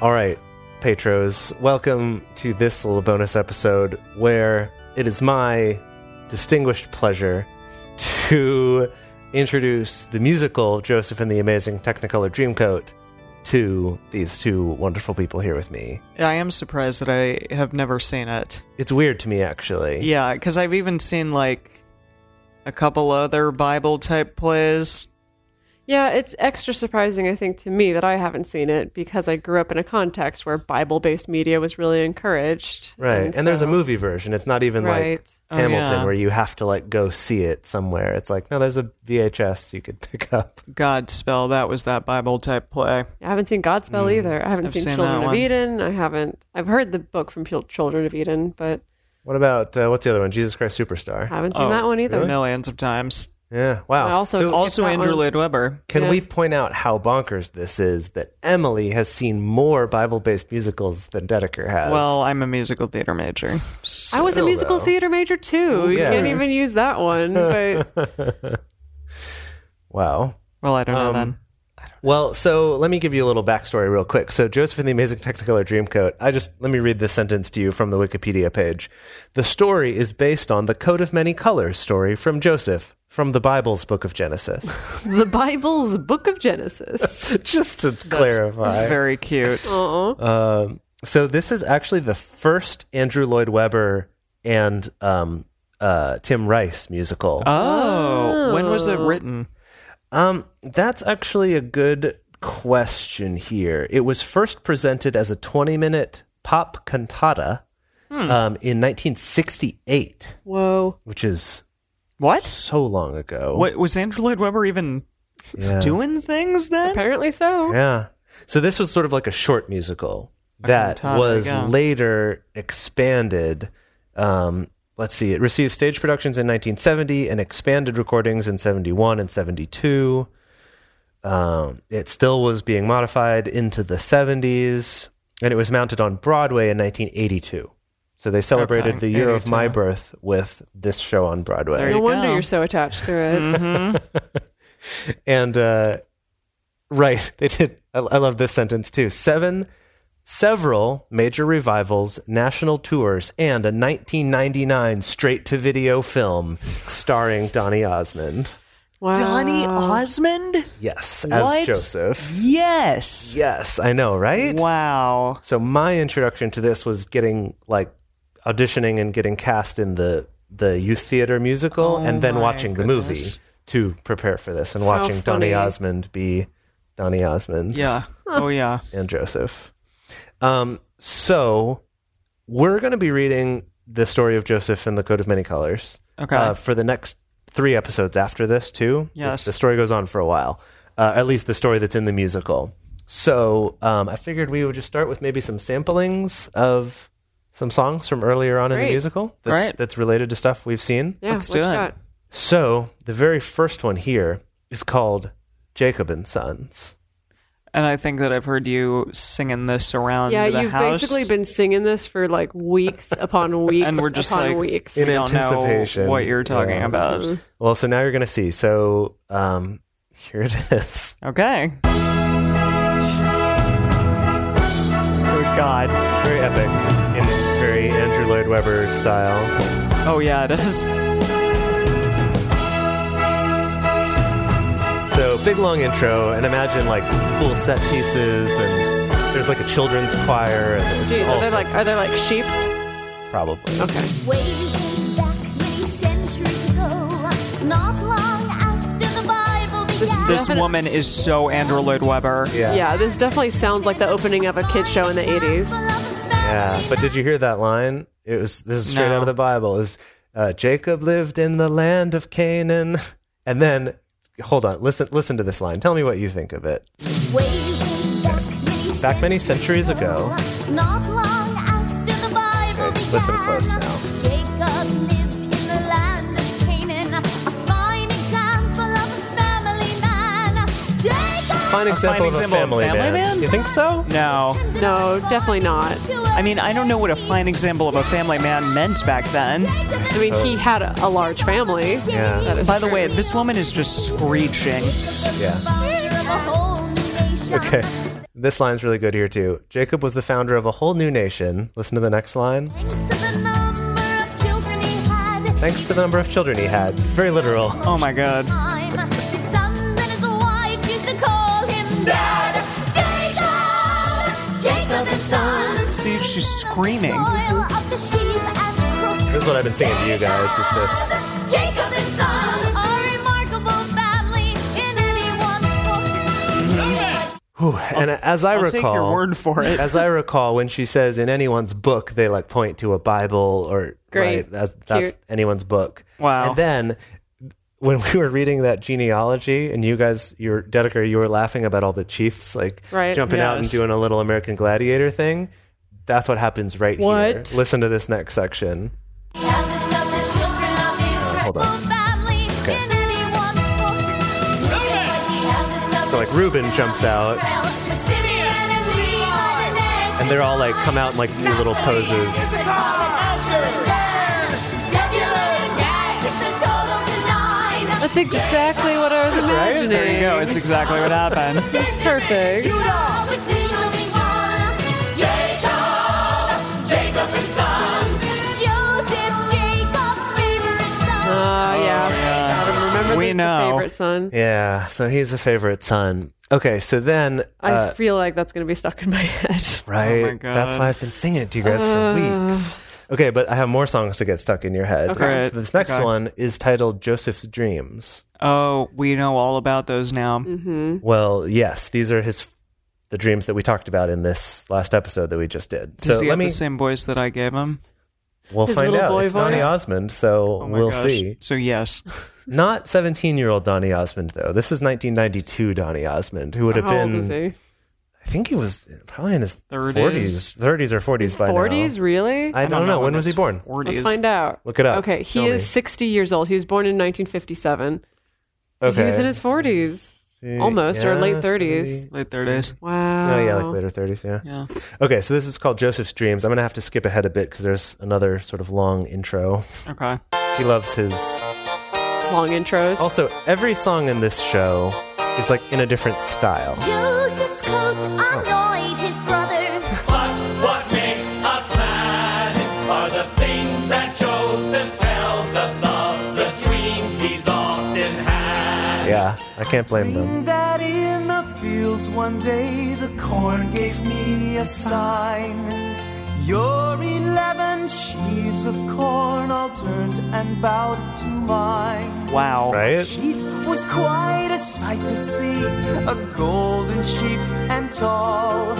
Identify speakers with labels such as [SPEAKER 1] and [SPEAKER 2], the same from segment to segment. [SPEAKER 1] All right, Petros, welcome to this little bonus episode where it is my distinguished pleasure to introduce the musical Joseph and the Amazing Technicolor Dreamcoat to these two wonderful people here with me.
[SPEAKER 2] I am surprised that I have never seen it.
[SPEAKER 1] It's weird to me, actually.
[SPEAKER 2] Yeah, because I've even seen like a couple other Bible type plays.
[SPEAKER 3] Yeah, it's extra surprising, I think, to me that I haven't seen it because I grew up in a context where Bible based media was really encouraged.
[SPEAKER 1] Right. And, there's a
[SPEAKER 3] so-
[SPEAKER 1] movie version. It's not even like
[SPEAKER 3] Right.
[SPEAKER 2] Oh,
[SPEAKER 1] Hamilton
[SPEAKER 2] yeah.
[SPEAKER 1] where you have to like go see it somewhere. It's like, no, there's a VHS you could pick up.
[SPEAKER 2] Godspell, that was that Bible type play.
[SPEAKER 3] I haven't seen Godspell
[SPEAKER 2] Hmm,
[SPEAKER 3] either. I haven't
[SPEAKER 2] I've
[SPEAKER 3] seen,
[SPEAKER 2] seen that
[SPEAKER 3] Children of
[SPEAKER 2] one.
[SPEAKER 3] Eden. I haven't. I've heard the book from Pil- Children of Eden, but
[SPEAKER 1] What about uh, what's the other one? Jesus Christ Superstar.
[SPEAKER 3] I haven't seen
[SPEAKER 2] Oh,
[SPEAKER 3] that one either.
[SPEAKER 2] Millions of times.
[SPEAKER 1] Yeah. Wow.
[SPEAKER 3] Uh, I also-
[SPEAKER 1] So-
[SPEAKER 3] Skip
[SPEAKER 2] Also,
[SPEAKER 3] that
[SPEAKER 2] Andrew
[SPEAKER 3] one.
[SPEAKER 2] Lloyd Webber.
[SPEAKER 1] Can
[SPEAKER 3] Yeah.
[SPEAKER 1] we point out how bonkers this is that Emily has seen more Bible based musicals than Dedeker has?
[SPEAKER 2] Well, I'm a musical theater major.
[SPEAKER 3] I was a
[SPEAKER 2] Oh,
[SPEAKER 1] Still,
[SPEAKER 3] musical
[SPEAKER 1] though.
[SPEAKER 3] theater major too. You
[SPEAKER 1] yeah.
[SPEAKER 3] can't even use that one. But
[SPEAKER 1] wow.
[SPEAKER 2] Well, I don't know
[SPEAKER 1] Um,
[SPEAKER 2] then.
[SPEAKER 1] Well, so let me give you a little backstory real quick. So Joseph and the Amazing Technicolor Dreamcoat, I just let me read this sentence to you from the Wikipedia page. The story is based on the Coat of Many Colors story from Joseph from the Bible's Book of Genesis.
[SPEAKER 3] the Bible's Book of Genesis.
[SPEAKER 1] just to clarify.
[SPEAKER 2] Very cute.
[SPEAKER 3] Aw.
[SPEAKER 1] Um, so this is actually the first Andrew Lloyd Webber and um, uh, Tim Rice musical.
[SPEAKER 2] Oh, when was it written?
[SPEAKER 1] Um, that's actually a good question here. It was first presented as a 20 minute pop cantata
[SPEAKER 2] Hmm.
[SPEAKER 1] um, in 1968,
[SPEAKER 3] Whoa.
[SPEAKER 1] which is
[SPEAKER 2] What?
[SPEAKER 1] so long ago.
[SPEAKER 2] What was Andrew Lloyd Webber even
[SPEAKER 1] Yeah.
[SPEAKER 2] doing things then?
[SPEAKER 3] Apparently so.
[SPEAKER 1] Yeah. So this was sort of like a short musical that
[SPEAKER 2] cantata,
[SPEAKER 1] was
[SPEAKER 2] yeah.
[SPEAKER 1] later expanded. Um, let's see, it received stage productions in 1970 and expanded recordings in 71 and 72. Um, it still was being modified into the 70s, and it was mounted on Broadway in 1982. So they celebrated
[SPEAKER 2] Okay,
[SPEAKER 1] the year of my
[SPEAKER 2] 82.
[SPEAKER 1] birth with this show on Broadway.
[SPEAKER 2] There
[SPEAKER 3] No
[SPEAKER 2] you
[SPEAKER 3] wonder
[SPEAKER 2] go.
[SPEAKER 3] you're so attached to it.
[SPEAKER 2] Mm-hmm.
[SPEAKER 1] and uh, right they did I, I love this sentence too seven several major revivals national tours and a 1999 straight to video film starring donny osmond
[SPEAKER 3] Wow.
[SPEAKER 2] Donny Osmond?
[SPEAKER 1] yes
[SPEAKER 2] What?
[SPEAKER 1] as joseph
[SPEAKER 2] Yes.
[SPEAKER 1] yes i know right
[SPEAKER 2] Wow.
[SPEAKER 1] so my introduction to this was getting like auditioning and getting cast in the the youth theater musical
[SPEAKER 2] Oh
[SPEAKER 1] and then
[SPEAKER 2] my
[SPEAKER 1] watching
[SPEAKER 2] goodness.
[SPEAKER 1] the movie to prepare for this and watching donny
[SPEAKER 3] funny.
[SPEAKER 1] osmond be donny osmond
[SPEAKER 2] Yeah. Oh, yeah.
[SPEAKER 1] and Joseph. Um, so we're going to be reading the story of Joseph and the Coat of Many Colors
[SPEAKER 2] Okay.
[SPEAKER 1] uh, for the next three episodes after this, too.
[SPEAKER 2] Yes.
[SPEAKER 1] The, the story goes on for a while, uh, at least the story that's in the musical. So um, I figured we would just start with maybe some samplings of some songs from earlier on in the
[SPEAKER 3] Great.
[SPEAKER 1] musical that's,
[SPEAKER 2] Right.
[SPEAKER 1] that's related to stuff we've seen.
[SPEAKER 3] Yeah,
[SPEAKER 2] Let's
[SPEAKER 3] what
[SPEAKER 2] do
[SPEAKER 3] you
[SPEAKER 2] it.
[SPEAKER 3] got?
[SPEAKER 1] So the very first one here is called Jacob and Sons.
[SPEAKER 2] And I think that I've heard you singing this around
[SPEAKER 3] Yeah,
[SPEAKER 2] the
[SPEAKER 3] you've
[SPEAKER 2] house.
[SPEAKER 3] basically been singing this for like weeks upon weeks
[SPEAKER 2] and we're just
[SPEAKER 3] upon
[SPEAKER 2] like
[SPEAKER 3] weeks.
[SPEAKER 2] we
[SPEAKER 1] In
[SPEAKER 2] don't
[SPEAKER 1] anticipation.
[SPEAKER 2] know what you're talking
[SPEAKER 1] Yeah.
[SPEAKER 2] about.
[SPEAKER 3] Mm-hmm.
[SPEAKER 1] Well, so now you're going to see. So um, here it is.
[SPEAKER 2] Okay. Oh God.
[SPEAKER 1] Very epic in very Andrew Lloyd Webber style.
[SPEAKER 2] Oh yeah, it is.
[SPEAKER 1] So big long intro, and imagine like cool set pieces, and there's like a children's choir, and there's
[SPEAKER 3] Jeez,
[SPEAKER 1] all
[SPEAKER 3] are they like
[SPEAKER 1] sorts
[SPEAKER 3] are they like sheep?
[SPEAKER 1] of- probably.
[SPEAKER 3] Okay.
[SPEAKER 4] Way back many centuries ago, not long after the Bible began.
[SPEAKER 2] This woman is so Andrew Lloyd Webber.
[SPEAKER 1] Yeah.
[SPEAKER 3] Yeah, this definitely sounds like the opening of a kids show in the '80s.
[SPEAKER 1] Yeah. But did you hear that line? It was this is straight
[SPEAKER 2] No.
[SPEAKER 1] out of the Bible. It was uh, Jacob lived in the land of Canaan, and then hold on, listen, listen to this line. Tell me what you think of it.
[SPEAKER 4] Way
[SPEAKER 1] Back many centuries ago,
[SPEAKER 4] Not long after the Bible
[SPEAKER 1] Okay,
[SPEAKER 4] began.
[SPEAKER 1] listen close now.
[SPEAKER 4] Jacob lived in the land of Canaan, a fine example of a family man. Jacob
[SPEAKER 1] fine example,
[SPEAKER 2] example of
[SPEAKER 1] of a family,
[SPEAKER 2] family man?
[SPEAKER 1] You think so?
[SPEAKER 2] No.
[SPEAKER 3] No, definitely not.
[SPEAKER 2] I mean, I don't know what a fine example of a family man meant back then.
[SPEAKER 3] I mean, he had a, a large family.
[SPEAKER 1] Yeah.
[SPEAKER 3] That is
[SPEAKER 2] By the
[SPEAKER 3] true.
[SPEAKER 2] way, this woman is just screeching.
[SPEAKER 1] Yeah.
[SPEAKER 4] father of a whole new nation.
[SPEAKER 1] Okay. This line's really good here too. Jacob was the founder of a whole new nation. Listen to the next line.
[SPEAKER 4] Thanks to the number of children he had.
[SPEAKER 1] Thanks to the number of children he had. It's very literal.
[SPEAKER 2] Oh my god.
[SPEAKER 4] time. His sons and his wives used to call him Dad. Jacob, Jacob and Sons.
[SPEAKER 2] See, she's screaming.
[SPEAKER 4] Soil of the sheep and crook.
[SPEAKER 1] This is what I've been singing to you guys. Is this?
[SPEAKER 4] Jacob and Sons. A remarkable family in anyone's book.
[SPEAKER 1] Whew. And as I
[SPEAKER 2] I'll
[SPEAKER 1] recall,
[SPEAKER 2] take your word for it.
[SPEAKER 1] as I recall, when she says in anyone's book, they like point to a Bible or
[SPEAKER 3] Great.
[SPEAKER 1] right, that's, that's
[SPEAKER 3] Cute.
[SPEAKER 1] anyone's book.
[SPEAKER 2] Wow.
[SPEAKER 1] And then when we were reading that genealogy, and you guys, your Dedeker, you were laughing about all the chiefs like
[SPEAKER 3] Right.
[SPEAKER 1] jumping out and
[SPEAKER 2] Yes.
[SPEAKER 1] doing a little American Gladiator thing. That's what happens right here.
[SPEAKER 3] What?
[SPEAKER 1] Listen to this next section.
[SPEAKER 4] He had the sons and children of his
[SPEAKER 1] hold on.
[SPEAKER 4] remarkable family
[SPEAKER 1] Okay.
[SPEAKER 4] in anyone's book. He had the sons
[SPEAKER 1] So like Reuben jumps out,
[SPEAKER 4] Israel, the Syrian and Levi, the
[SPEAKER 1] and they're all like come out in like new little poses.
[SPEAKER 3] That's exactly what I was imagining.
[SPEAKER 2] There you go. It's exactly what happened.
[SPEAKER 3] It's perfect. Oh, yeah.
[SPEAKER 2] Yeah.
[SPEAKER 3] Remember
[SPEAKER 2] Oh. we
[SPEAKER 3] the- the
[SPEAKER 2] know.
[SPEAKER 3] favorite son.
[SPEAKER 1] Yeah. So he's a favorite son. Okay. So then uh,
[SPEAKER 2] Uh,
[SPEAKER 3] I feel like that's going to be stuck in my head.
[SPEAKER 1] Right.
[SPEAKER 2] Oh my God.
[SPEAKER 1] That's why I've been singing it to you guys for weeks. Okay, but I have more songs to get stuck in your head.
[SPEAKER 2] Great.
[SPEAKER 1] So this next
[SPEAKER 2] Okay.
[SPEAKER 1] one is titled Joseph's Dreams.
[SPEAKER 2] Oh, we know all about those now.
[SPEAKER 3] Mm-hmm.
[SPEAKER 1] Well, yes, these are his the dreams that we talked about in this last episode that we just did.
[SPEAKER 2] Does
[SPEAKER 1] so
[SPEAKER 2] he
[SPEAKER 1] let
[SPEAKER 2] have
[SPEAKER 1] me
[SPEAKER 2] the same voice that I gave him?
[SPEAKER 1] we'll
[SPEAKER 3] His
[SPEAKER 1] find
[SPEAKER 3] little
[SPEAKER 1] out.
[SPEAKER 3] boy
[SPEAKER 1] It's Donny
[SPEAKER 3] voice?
[SPEAKER 1] Osmond, so
[SPEAKER 2] Oh my
[SPEAKER 1] we'll
[SPEAKER 2] gosh.
[SPEAKER 1] see.
[SPEAKER 2] So yes,
[SPEAKER 1] Not 17-year-old Donny Osmond though. This is 1992 Donny Osmond, who would have
[SPEAKER 3] How
[SPEAKER 1] been
[SPEAKER 3] old is he?
[SPEAKER 1] I think he was probably in his
[SPEAKER 2] 30s.
[SPEAKER 1] 40s, 30s or 40s by now.
[SPEAKER 3] 40s, really?
[SPEAKER 1] I, don't, know. When was he
[SPEAKER 2] his
[SPEAKER 1] born?
[SPEAKER 2] 40s.
[SPEAKER 3] Let's find out.
[SPEAKER 1] Look it up.
[SPEAKER 3] Okay, he
[SPEAKER 1] Tell
[SPEAKER 3] is
[SPEAKER 1] me.
[SPEAKER 3] 60 years old. He was born in 1957. So
[SPEAKER 1] Okay.
[SPEAKER 3] He was in his 40s. Almost, or late 30s.
[SPEAKER 1] 70.
[SPEAKER 2] Late 30s.
[SPEAKER 3] Wow.
[SPEAKER 1] Oh yeah, like later 30s, yeah.
[SPEAKER 2] Yeah.
[SPEAKER 1] Okay, so this is called Joseph's Dreams. I'm going to have to skip ahead a bit because there's another sort of long intro.
[SPEAKER 2] Okay.
[SPEAKER 1] He loves his.
[SPEAKER 3] Long intros.
[SPEAKER 1] Also, every song in this show is like in a different style.
[SPEAKER 4] Joseph's coat annoyed his brothers.
[SPEAKER 5] But what makes us mad are the things that Joseph tells us of the dreams he's often had.
[SPEAKER 1] Yeah, I can't blame them.
[SPEAKER 6] That in the fields one day the corn gave me a sign. Your eleven sheaves of corn all turned and bowed to mine.
[SPEAKER 2] Wow.
[SPEAKER 1] Right?
[SPEAKER 6] Sheep was quite a sight to see, a golden sheep and tall.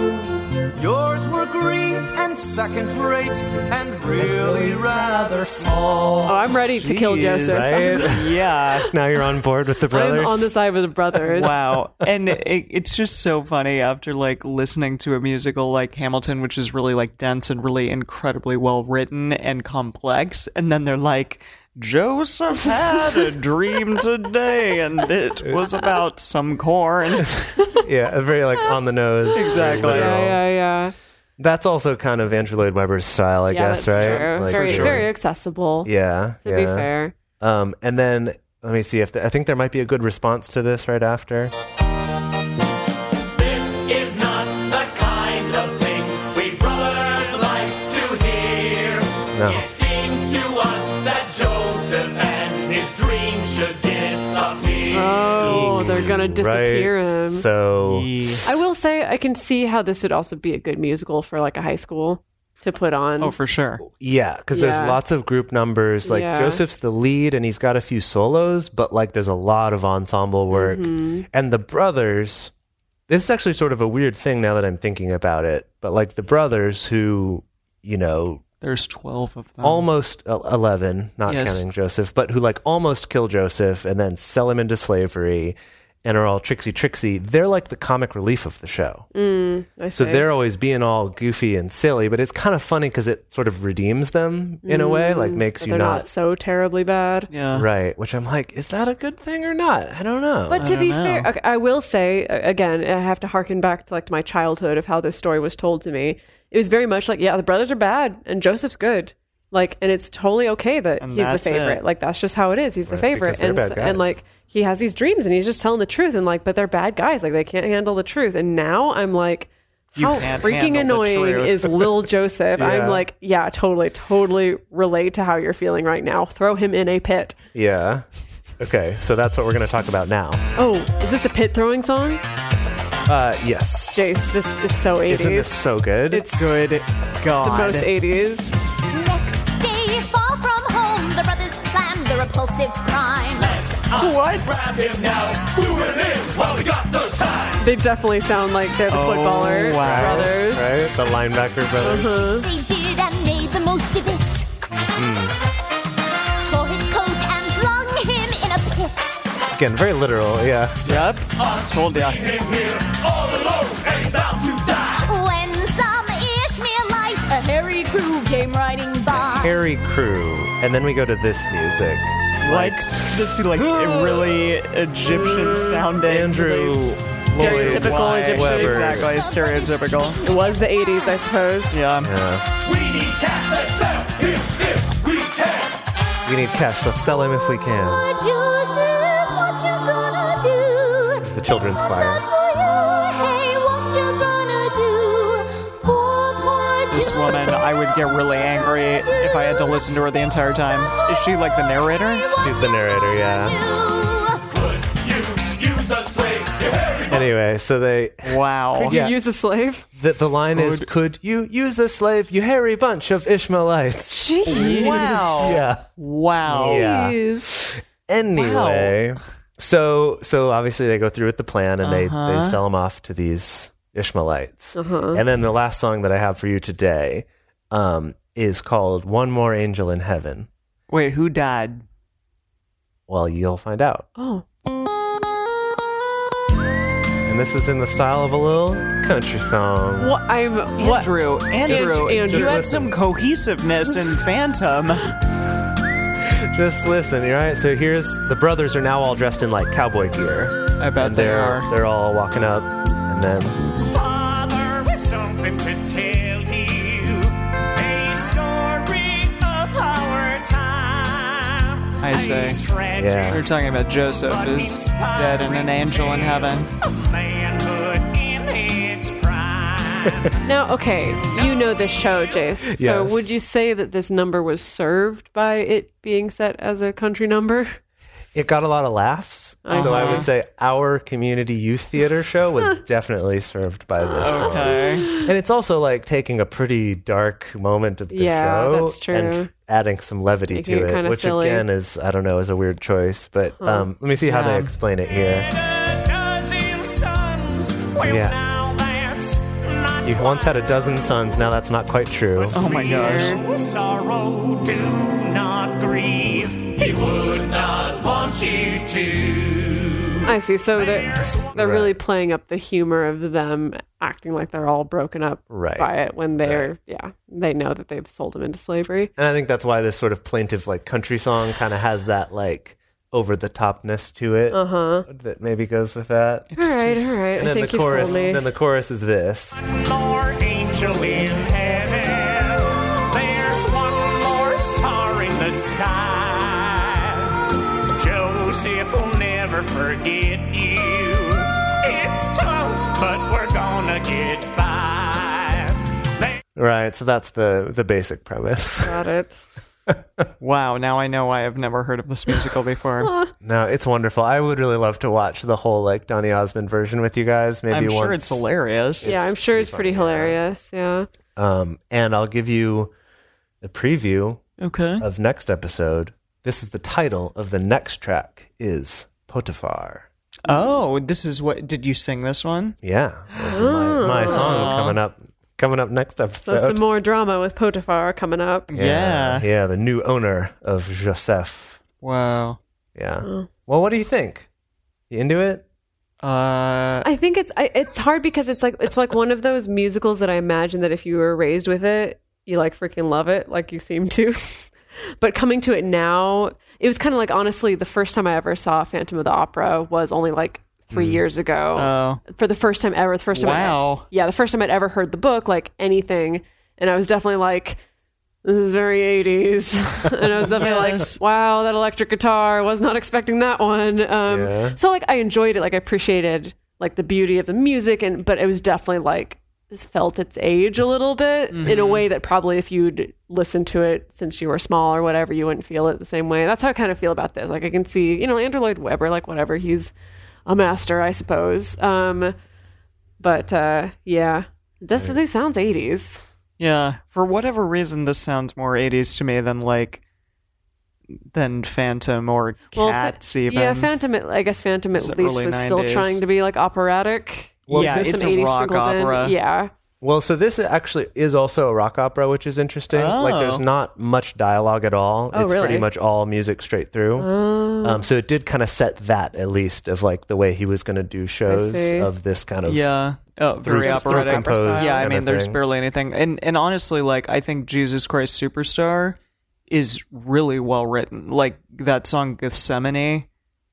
[SPEAKER 6] Yours were green and second rate and really rather small.
[SPEAKER 3] oh, I'm ready to kill
[SPEAKER 2] Jeez.
[SPEAKER 3] Joseph.
[SPEAKER 1] Right?
[SPEAKER 2] Yeah.
[SPEAKER 1] now you're on board with the brothers.
[SPEAKER 3] I'm on the side with the brothers.
[SPEAKER 2] Wow. And it, it's just so funny after like listening to a musical like Hamilton, which is really like dense and really incredibly well written and complex. And then they're like, Joseph had a dream today and it was about some corn.
[SPEAKER 1] Yeah, very like on the nose. very
[SPEAKER 2] Exactly.
[SPEAKER 1] literal.
[SPEAKER 3] Yeah, yeah, yeah.
[SPEAKER 1] That's also kind of Andrew Lloyd Webber's style, I
[SPEAKER 3] yeah,
[SPEAKER 1] guess,
[SPEAKER 3] that's
[SPEAKER 1] right?
[SPEAKER 3] True.
[SPEAKER 1] Like,
[SPEAKER 3] very,
[SPEAKER 2] sure.
[SPEAKER 3] very accessible.
[SPEAKER 1] Yeah.
[SPEAKER 3] To
[SPEAKER 1] yeah.
[SPEAKER 3] be fair.
[SPEAKER 1] Um, and then let me see if the, I think there might be a good response to this right after.
[SPEAKER 5] This is not the kind of thing we brothers like to hear.
[SPEAKER 1] No.
[SPEAKER 5] It seems to us that Joseph and his dreams should disappear.
[SPEAKER 3] Oh, they're gonna disappear
[SPEAKER 1] right?
[SPEAKER 3] him.
[SPEAKER 1] So
[SPEAKER 3] I will say I can see how this would also be a good musical for like a high school to put on.
[SPEAKER 2] Oh, for sure.
[SPEAKER 1] yeah, because
[SPEAKER 3] Yeah.
[SPEAKER 1] there's lots of group numbers. Like
[SPEAKER 3] Yeah.
[SPEAKER 1] Joseph's the lead, and he's got a few solos, but like there's a lot of ensemble work.
[SPEAKER 3] Mm-hmm.
[SPEAKER 1] And the brothers, this is actually sort of a weird thing now that I'm thinking about it. But like the brothers, who you know
[SPEAKER 2] There's 12 of
[SPEAKER 3] Um,
[SPEAKER 2] them.
[SPEAKER 1] almost el- 11 not
[SPEAKER 2] Yes.
[SPEAKER 1] counting joseph but who like almost kill joseph and then sell him into slavery and are all tricksy tricksy they're like the comic relief of the show
[SPEAKER 3] Mm, I
[SPEAKER 1] so
[SPEAKER 3] say.
[SPEAKER 1] they're always being all goofy and silly but it's kind of funny because it sort of redeems them in a way like makes
[SPEAKER 3] Mm, But
[SPEAKER 1] you
[SPEAKER 3] they're not,
[SPEAKER 1] not,
[SPEAKER 3] so terribly bad.
[SPEAKER 2] yeah.
[SPEAKER 1] right which i'm like is that a good thing or not i don't know
[SPEAKER 3] But to
[SPEAKER 2] don't
[SPEAKER 3] be
[SPEAKER 2] know.
[SPEAKER 3] fair, okay, I will say uh, again, I have to harken back to like my childhood of how this story was told to me. It was very much like, yeah, the brothers are bad and Joseph's good. Like, and it's totally okay that
[SPEAKER 2] And
[SPEAKER 3] he's the
[SPEAKER 2] that's it.
[SPEAKER 3] favorite. Like, that's just how it is. He's the
[SPEAKER 1] Right,
[SPEAKER 3] favorite,
[SPEAKER 1] because they're
[SPEAKER 3] and s-
[SPEAKER 1] bad guys.
[SPEAKER 3] and like he has these dreams, and he's just telling the truth, and like, but they're bad guys. Like, they can't handle the truth. And now I'm like.
[SPEAKER 2] You
[SPEAKER 3] How
[SPEAKER 2] can't
[SPEAKER 3] freaking
[SPEAKER 2] handle the
[SPEAKER 3] annoying
[SPEAKER 2] truth.
[SPEAKER 3] is Lil Joseph?
[SPEAKER 1] Yeah.
[SPEAKER 3] I'm like, yeah, totally, totally relate to how you're feeling right now. Throw him in a pit.
[SPEAKER 1] Yeah. Okay, so that's what we're going to talk about now.
[SPEAKER 3] Oh, is this the pit throwing song? Oh.
[SPEAKER 1] Uh, yes.
[SPEAKER 3] Jace, this is so 80s.
[SPEAKER 1] Isn't this so good?
[SPEAKER 3] It's
[SPEAKER 2] Good God.
[SPEAKER 3] the most 80s.
[SPEAKER 4] Next day, far from home, the brothers plan the repulsive crime.
[SPEAKER 2] What?
[SPEAKER 5] Grab him now, do it in while we got the time.
[SPEAKER 3] They definitely sound like they're the footballer
[SPEAKER 2] wow.
[SPEAKER 3] brothers.
[SPEAKER 1] Oh, right? The linebacker brothers.
[SPEAKER 4] They did and made the most of it. Tore his coat and flung him in a pit.
[SPEAKER 1] Again, very literal. Yeah.
[SPEAKER 2] Yep. Told ya.
[SPEAKER 5] Came here all alone and about to die.
[SPEAKER 4] When some Ishmaelite, a hairy crew came riding by.
[SPEAKER 1] Harry Crew, and then we go to this music.
[SPEAKER 2] What? This is like a really Egyptian sounding.
[SPEAKER 1] Andrew, Lloyd
[SPEAKER 3] Stereotypical Egyptian.
[SPEAKER 1] Webber.
[SPEAKER 2] Exactly. Stereotypical.
[SPEAKER 3] It was the 80s, I suppose.
[SPEAKER 2] Yeah.
[SPEAKER 1] Yeah.
[SPEAKER 5] We need cash, let's sell him if we can.
[SPEAKER 1] We need cash. Let's sell him if we can.
[SPEAKER 4] But Joseph, what you gonna do? It's
[SPEAKER 1] the children's choir.
[SPEAKER 4] For you. Hey, what you gonna do? Poor, poor
[SPEAKER 2] This woman,
[SPEAKER 4] Joseph,
[SPEAKER 2] I would get
[SPEAKER 4] what
[SPEAKER 2] really
[SPEAKER 4] you
[SPEAKER 2] angry
[SPEAKER 4] gonna
[SPEAKER 2] if I had to
[SPEAKER 4] do?
[SPEAKER 2] listen to her the entire time. Is she like the narrator?
[SPEAKER 1] She's the narrator, yeah.
[SPEAKER 5] Could you use a slave? Your hairy
[SPEAKER 1] Anyway, so they
[SPEAKER 2] Wow.
[SPEAKER 3] Did you
[SPEAKER 1] Yeah.
[SPEAKER 3] use a slave?
[SPEAKER 1] the, the line is, "Could you use a slave, you hairy bunch of Ishmaelites?"
[SPEAKER 3] Jeez.
[SPEAKER 2] Wow.
[SPEAKER 1] Yeah.
[SPEAKER 2] Wow.
[SPEAKER 1] Yeah. Anyway, so so obviously they go through with the plan and they
[SPEAKER 2] Uh-huh.
[SPEAKER 1] they sell them off to these Ishmaelites. And then the last song that I have for you today um, is called "One More Angel in Heaven."
[SPEAKER 2] Wait, who died?
[SPEAKER 1] Well, you'll find out.
[SPEAKER 3] Oh,
[SPEAKER 1] And this is in the style of a little country song.
[SPEAKER 3] what? I'm what?
[SPEAKER 2] Andrew, Andrew,
[SPEAKER 3] And- Andrew.
[SPEAKER 2] you had
[SPEAKER 1] Just listen.
[SPEAKER 2] some cohesiveness in Phantom.
[SPEAKER 1] Just listen, all right? So here's the brothers are now all dressed in like cowboy gear.
[SPEAKER 2] I bet
[SPEAKER 1] And
[SPEAKER 2] they
[SPEAKER 1] they're
[SPEAKER 2] are.
[SPEAKER 1] they're all walking up and then
[SPEAKER 7] Father, we've something to tell you. A story of our time.
[SPEAKER 2] I say.
[SPEAKER 7] A tragic
[SPEAKER 1] Yeah.
[SPEAKER 2] We're talking about Joseph is dead and an angel in heaven.
[SPEAKER 7] of manhood in its prime.
[SPEAKER 3] Now, okay, you know this show, Jace. So,
[SPEAKER 1] Yes.
[SPEAKER 3] would you say that this number was served by it being set as a country number?
[SPEAKER 1] it got a lot of laughs. So I
[SPEAKER 3] Uh-huh.
[SPEAKER 1] would say our community youth theater show was definitely served by this
[SPEAKER 3] Oh.
[SPEAKER 1] song.
[SPEAKER 2] Okay.
[SPEAKER 1] And it's also like taking a pretty dark moment of the
[SPEAKER 3] Yeah,
[SPEAKER 1] show
[SPEAKER 3] that's true.
[SPEAKER 1] and adding some levity
[SPEAKER 3] Making
[SPEAKER 1] to
[SPEAKER 3] it
[SPEAKER 1] it,
[SPEAKER 3] kinda
[SPEAKER 1] which
[SPEAKER 3] silly.
[SPEAKER 1] again is I don't know is a weird choice, but um, let me see how they
[SPEAKER 2] Yeah.
[SPEAKER 1] explain it here.
[SPEAKER 7] A dozen sons. Well,
[SPEAKER 1] Yeah.
[SPEAKER 7] now that's not
[SPEAKER 1] You once had a dozen sons, now that's not quite true.
[SPEAKER 2] Oh my gosh.
[SPEAKER 7] Feel Sorrow, do not grieve.
[SPEAKER 5] He would not want you to.
[SPEAKER 3] I see. So they're they're
[SPEAKER 1] Right.
[SPEAKER 3] really playing up the humor of them acting like they're all broken up
[SPEAKER 1] Right.
[SPEAKER 3] by it when they're yeah they know that they've sold them into slavery.
[SPEAKER 1] And I think that's why this sort of plaintive, like country song, kind of has that like over the topness to it that maybe goes with that.
[SPEAKER 3] all right, all right.
[SPEAKER 1] and then the
[SPEAKER 3] I think Uh-huh. you sold
[SPEAKER 1] chorus,
[SPEAKER 3] me.
[SPEAKER 1] then the chorus is this.
[SPEAKER 7] more angel in heaven. There's one more star in the sky. Joseph will never forget you. It's tough, but we're gonna get by. There-
[SPEAKER 1] Right, so that's the the basic premise.
[SPEAKER 3] Got it.
[SPEAKER 2] Wow, now I know I have never heard of this musical before.
[SPEAKER 1] no, it's wonderful. I would really love to watch the whole like Donny Osmond version with you guys. Maybe
[SPEAKER 2] I'm
[SPEAKER 1] once.
[SPEAKER 2] sure it's hilarious.
[SPEAKER 3] yeah, I'm sure it's pretty hilarious. Yeah.
[SPEAKER 1] Um, and I'll give you a preview
[SPEAKER 2] Okay.
[SPEAKER 1] of next episode. This is the title of the next track is Potiphar.
[SPEAKER 2] Oh, this is what did you sing this one?
[SPEAKER 1] Yeah, this is my, my song coming up coming up next
[SPEAKER 3] So
[SPEAKER 1] episode.
[SPEAKER 3] some more drama with Potiphar coming up.
[SPEAKER 2] Yeah.
[SPEAKER 1] Yeah, the new owner of Joseph.
[SPEAKER 2] Wow.
[SPEAKER 1] Yeah.
[SPEAKER 2] Mm.
[SPEAKER 1] Well, what do you think? You into it?
[SPEAKER 2] Uh
[SPEAKER 3] I think it's I, it's hard because it's like it's like one of those musicals that I imagine that if you were raised with it, you like freaking love it, like you seem to. but coming to it now, it was kind of like honestly the first time I ever saw Phantom of the Opera was only like three
[SPEAKER 1] Hmm.
[SPEAKER 3] years ago.
[SPEAKER 2] oh.
[SPEAKER 3] for the first time ever, the first time I-
[SPEAKER 2] Wow.
[SPEAKER 3] yeah, the first time I'd ever heard the book, like anything, and I was definitely like, this is very 80s. and I was definitely
[SPEAKER 2] Yes.
[SPEAKER 3] like, wow, that electric guitar. Was not expecting that one. Um,
[SPEAKER 1] Yeah.
[SPEAKER 3] So like I enjoyed it. Like I appreciated like the beauty of the music. and But it was definitely like, this felt its age a little bit in a way that probably if you'd listened to it since you were small or whatever, you wouldn't feel it the same way. That's how I kind of feel about this. Like I can see, you know, Andrew Lloyd Webber, like whatever, he's a master, I suppose. Um, but uh, yeah, it definitely sounds 80s.
[SPEAKER 2] Yeah, for whatever reason, this sounds more '80s to me than like than Phantom or
[SPEAKER 3] Well, fa-
[SPEAKER 2] Cats. even
[SPEAKER 3] Yeah, Phantom. at- I guess Phantom at
[SPEAKER 2] It's
[SPEAKER 3] least
[SPEAKER 2] early
[SPEAKER 3] was still
[SPEAKER 2] 90s.
[SPEAKER 3] trying to be like operatic.
[SPEAKER 1] Well,
[SPEAKER 2] yeah,
[SPEAKER 1] this
[SPEAKER 2] it's
[SPEAKER 3] Some
[SPEAKER 2] a
[SPEAKER 3] 80s
[SPEAKER 2] rock
[SPEAKER 3] sprinkled in.
[SPEAKER 2] opera.
[SPEAKER 3] Yeah,
[SPEAKER 1] Well, so this actually is also a rock opera, which is interesting. Like,
[SPEAKER 2] Oh.
[SPEAKER 1] there's not much dialogue at all.
[SPEAKER 3] Oh,
[SPEAKER 1] it's
[SPEAKER 3] really? Oh.
[SPEAKER 1] pretty much all music straight through. Um, so it did kind of set that, at least, of like the way he was going to do shows
[SPEAKER 3] see.
[SPEAKER 1] of this kind of.
[SPEAKER 2] Yeah. Oh, very
[SPEAKER 1] just through
[SPEAKER 2] operatic.
[SPEAKER 1] composed
[SPEAKER 2] Yeah, I
[SPEAKER 1] kinda
[SPEAKER 2] mean, there's
[SPEAKER 1] thing.
[SPEAKER 2] barely anything, and and honestly, like I think Jesus Christ Superstar is really well written. Like that song Gethsemane,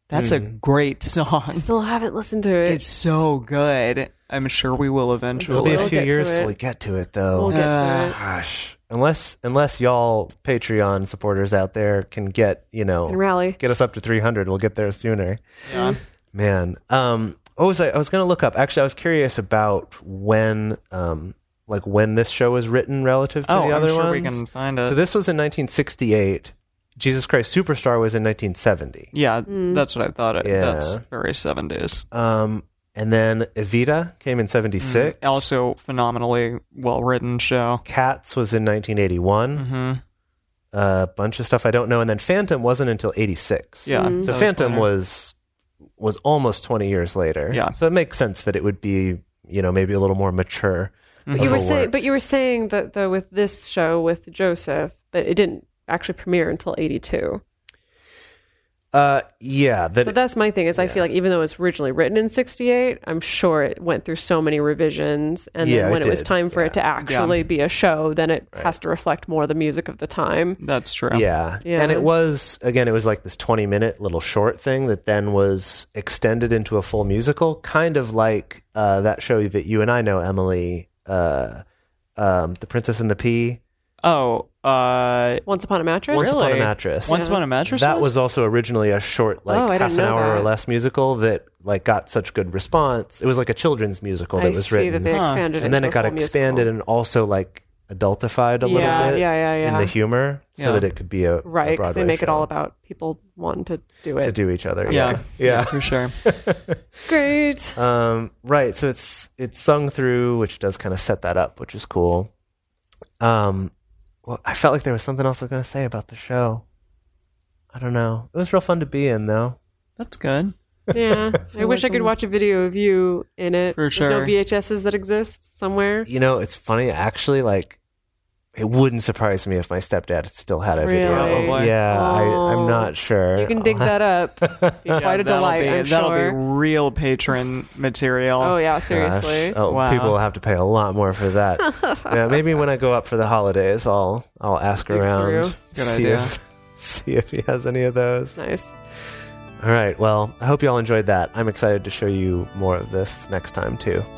[SPEAKER 2] that's a
[SPEAKER 1] Mm-hmm.
[SPEAKER 2] great song.
[SPEAKER 3] still haven't listened to it.
[SPEAKER 2] It's so good. I'm sure we will eventually.
[SPEAKER 1] It'll be
[SPEAKER 3] We'll
[SPEAKER 1] a few
[SPEAKER 3] get to
[SPEAKER 1] years
[SPEAKER 3] it.
[SPEAKER 1] till we get to it, though.
[SPEAKER 3] we'll get
[SPEAKER 2] Uh,
[SPEAKER 3] to it
[SPEAKER 1] Gosh. Unless, unless y'all Patreon supporters out there can get, you know,
[SPEAKER 3] and rally.
[SPEAKER 1] get us up to 300, we'll get there sooner.
[SPEAKER 2] Yeah.
[SPEAKER 1] Man, um, what was I? I was gonna look up. Actually, I was curious about when, um, like when this show was written relative to
[SPEAKER 2] Oh,
[SPEAKER 1] the
[SPEAKER 2] I'm
[SPEAKER 1] other
[SPEAKER 2] sure
[SPEAKER 1] ones.
[SPEAKER 2] we can find it.
[SPEAKER 1] so this was in 1968. Jesus Christ Superstar was in 1970.
[SPEAKER 2] yeah,
[SPEAKER 3] Mm.
[SPEAKER 2] that's what I thought. It,
[SPEAKER 1] Yeah.
[SPEAKER 2] That's very '70s.
[SPEAKER 1] Um, and then Evita came
[SPEAKER 2] Mm-hmm.
[SPEAKER 1] in 76.
[SPEAKER 2] Also, phenomenally well written show.
[SPEAKER 1] Cats was in 1981.
[SPEAKER 2] Mm-hmm.
[SPEAKER 1] A bunch of stuff I don't know, and then Phantom wasn't until 86.
[SPEAKER 2] Yeah.
[SPEAKER 1] So
[SPEAKER 2] that
[SPEAKER 1] Phantom
[SPEAKER 2] later.
[SPEAKER 1] was was almost 20 years later.
[SPEAKER 2] Yeah.
[SPEAKER 1] So it makes sense that it would be, you know, maybe a little more mature.
[SPEAKER 3] But Mm-hmm. you were saying, but you were saying that though with this show with Joseph, but it didn't actually premiere until '82.
[SPEAKER 1] Uh, yeah, that
[SPEAKER 3] So that's my thing is I feel like even though it was originally written in 68, I'm sure it went through so many revisions and
[SPEAKER 1] Yeah,
[SPEAKER 3] then
[SPEAKER 1] it
[SPEAKER 3] when it, was
[SPEAKER 1] did.
[SPEAKER 3] time for it to actually be a show, then it has to reflect more the music of the time.
[SPEAKER 2] That's true.
[SPEAKER 1] yeah.
[SPEAKER 3] Yeah.
[SPEAKER 1] and it was again, it was like this twenty-minute little short thing that then was extended into a full musical, kind of like uh, that show that you and I know, Emily, uh, um, the Princess and the Pea,
[SPEAKER 2] Oh, uh,
[SPEAKER 3] Once Upon a Mattress?
[SPEAKER 1] Once Upon a
[SPEAKER 2] Really?
[SPEAKER 1] Mattress.
[SPEAKER 2] Once upon a mattress.
[SPEAKER 1] that was also originally a short, like
[SPEAKER 3] Oh, I didn't
[SPEAKER 1] half an
[SPEAKER 3] know
[SPEAKER 1] hour or
[SPEAKER 3] that.
[SPEAKER 1] less musical that like got such good response. It was like a children's musical that
[SPEAKER 3] I
[SPEAKER 1] was
[SPEAKER 3] see
[SPEAKER 1] written,
[SPEAKER 3] that they expanded
[SPEAKER 1] and then
[SPEAKER 3] into
[SPEAKER 1] it
[SPEAKER 3] a
[SPEAKER 1] got
[SPEAKER 3] full musical.
[SPEAKER 1] expanded and also like adultified a
[SPEAKER 3] Yeah,
[SPEAKER 1] little bit
[SPEAKER 3] yeah, yeah,
[SPEAKER 1] in the
[SPEAKER 3] yeah.
[SPEAKER 1] humor so
[SPEAKER 2] Yeah.
[SPEAKER 1] that it could be a
[SPEAKER 3] right
[SPEAKER 1] because
[SPEAKER 3] because they make it all about people wanting to do it
[SPEAKER 1] to do each other
[SPEAKER 2] Yeah.
[SPEAKER 1] yeah,
[SPEAKER 2] for sure.
[SPEAKER 3] great
[SPEAKER 1] yeah. um right so it's it's sung through which does kind of set that up which is cool um well i felt like there was something else i was going to say about the show i don't know it was real fun to be in though
[SPEAKER 2] That's good.
[SPEAKER 3] yeah i wish i could watch a video of you in it
[SPEAKER 2] For sure.
[SPEAKER 3] there's no vhs's that exist somewhere
[SPEAKER 1] you know it's funny actually like it wouldn't surprise me if my stepdad still had a video
[SPEAKER 3] Really?
[SPEAKER 2] Probably.
[SPEAKER 1] yeah I, i'm
[SPEAKER 3] Oh.
[SPEAKER 1] not sure Oh
[SPEAKER 3] you can dig that up be quite
[SPEAKER 2] That'll
[SPEAKER 3] a delight
[SPEAKER 2] be-
[SPEAKER 3] i'm
[SPEAKER 2] that'll
[SPEAKER 3] sure
[SPEAKER 2] be real patron material.
[SPEAKER 3] oh yeah
[SPEAKER 1] Gosh.
[SPEAKER 3] seriously
[SPEAKER 1] Oh,
[SPEAKER 2] Wow.
[SPEAKER 1] people will have to pay a lot more for that. yeah, maybe when I go up for the holidays, I'll I'll ask
[SPEAKER 3] Dig
[SPEAKER 1] around,
[SPEAKER 3] through.
[SPEAKER 2] Good
[SPEAKER 1] see
[SPEAKER 2] idea.
[SPEAKER 1] if see if he has any of those.
[SPEAKER 3] nice
[SPEAKER 1] All right. Well, I hope you all enjoyed that. I'm excited to show you more of this next time too.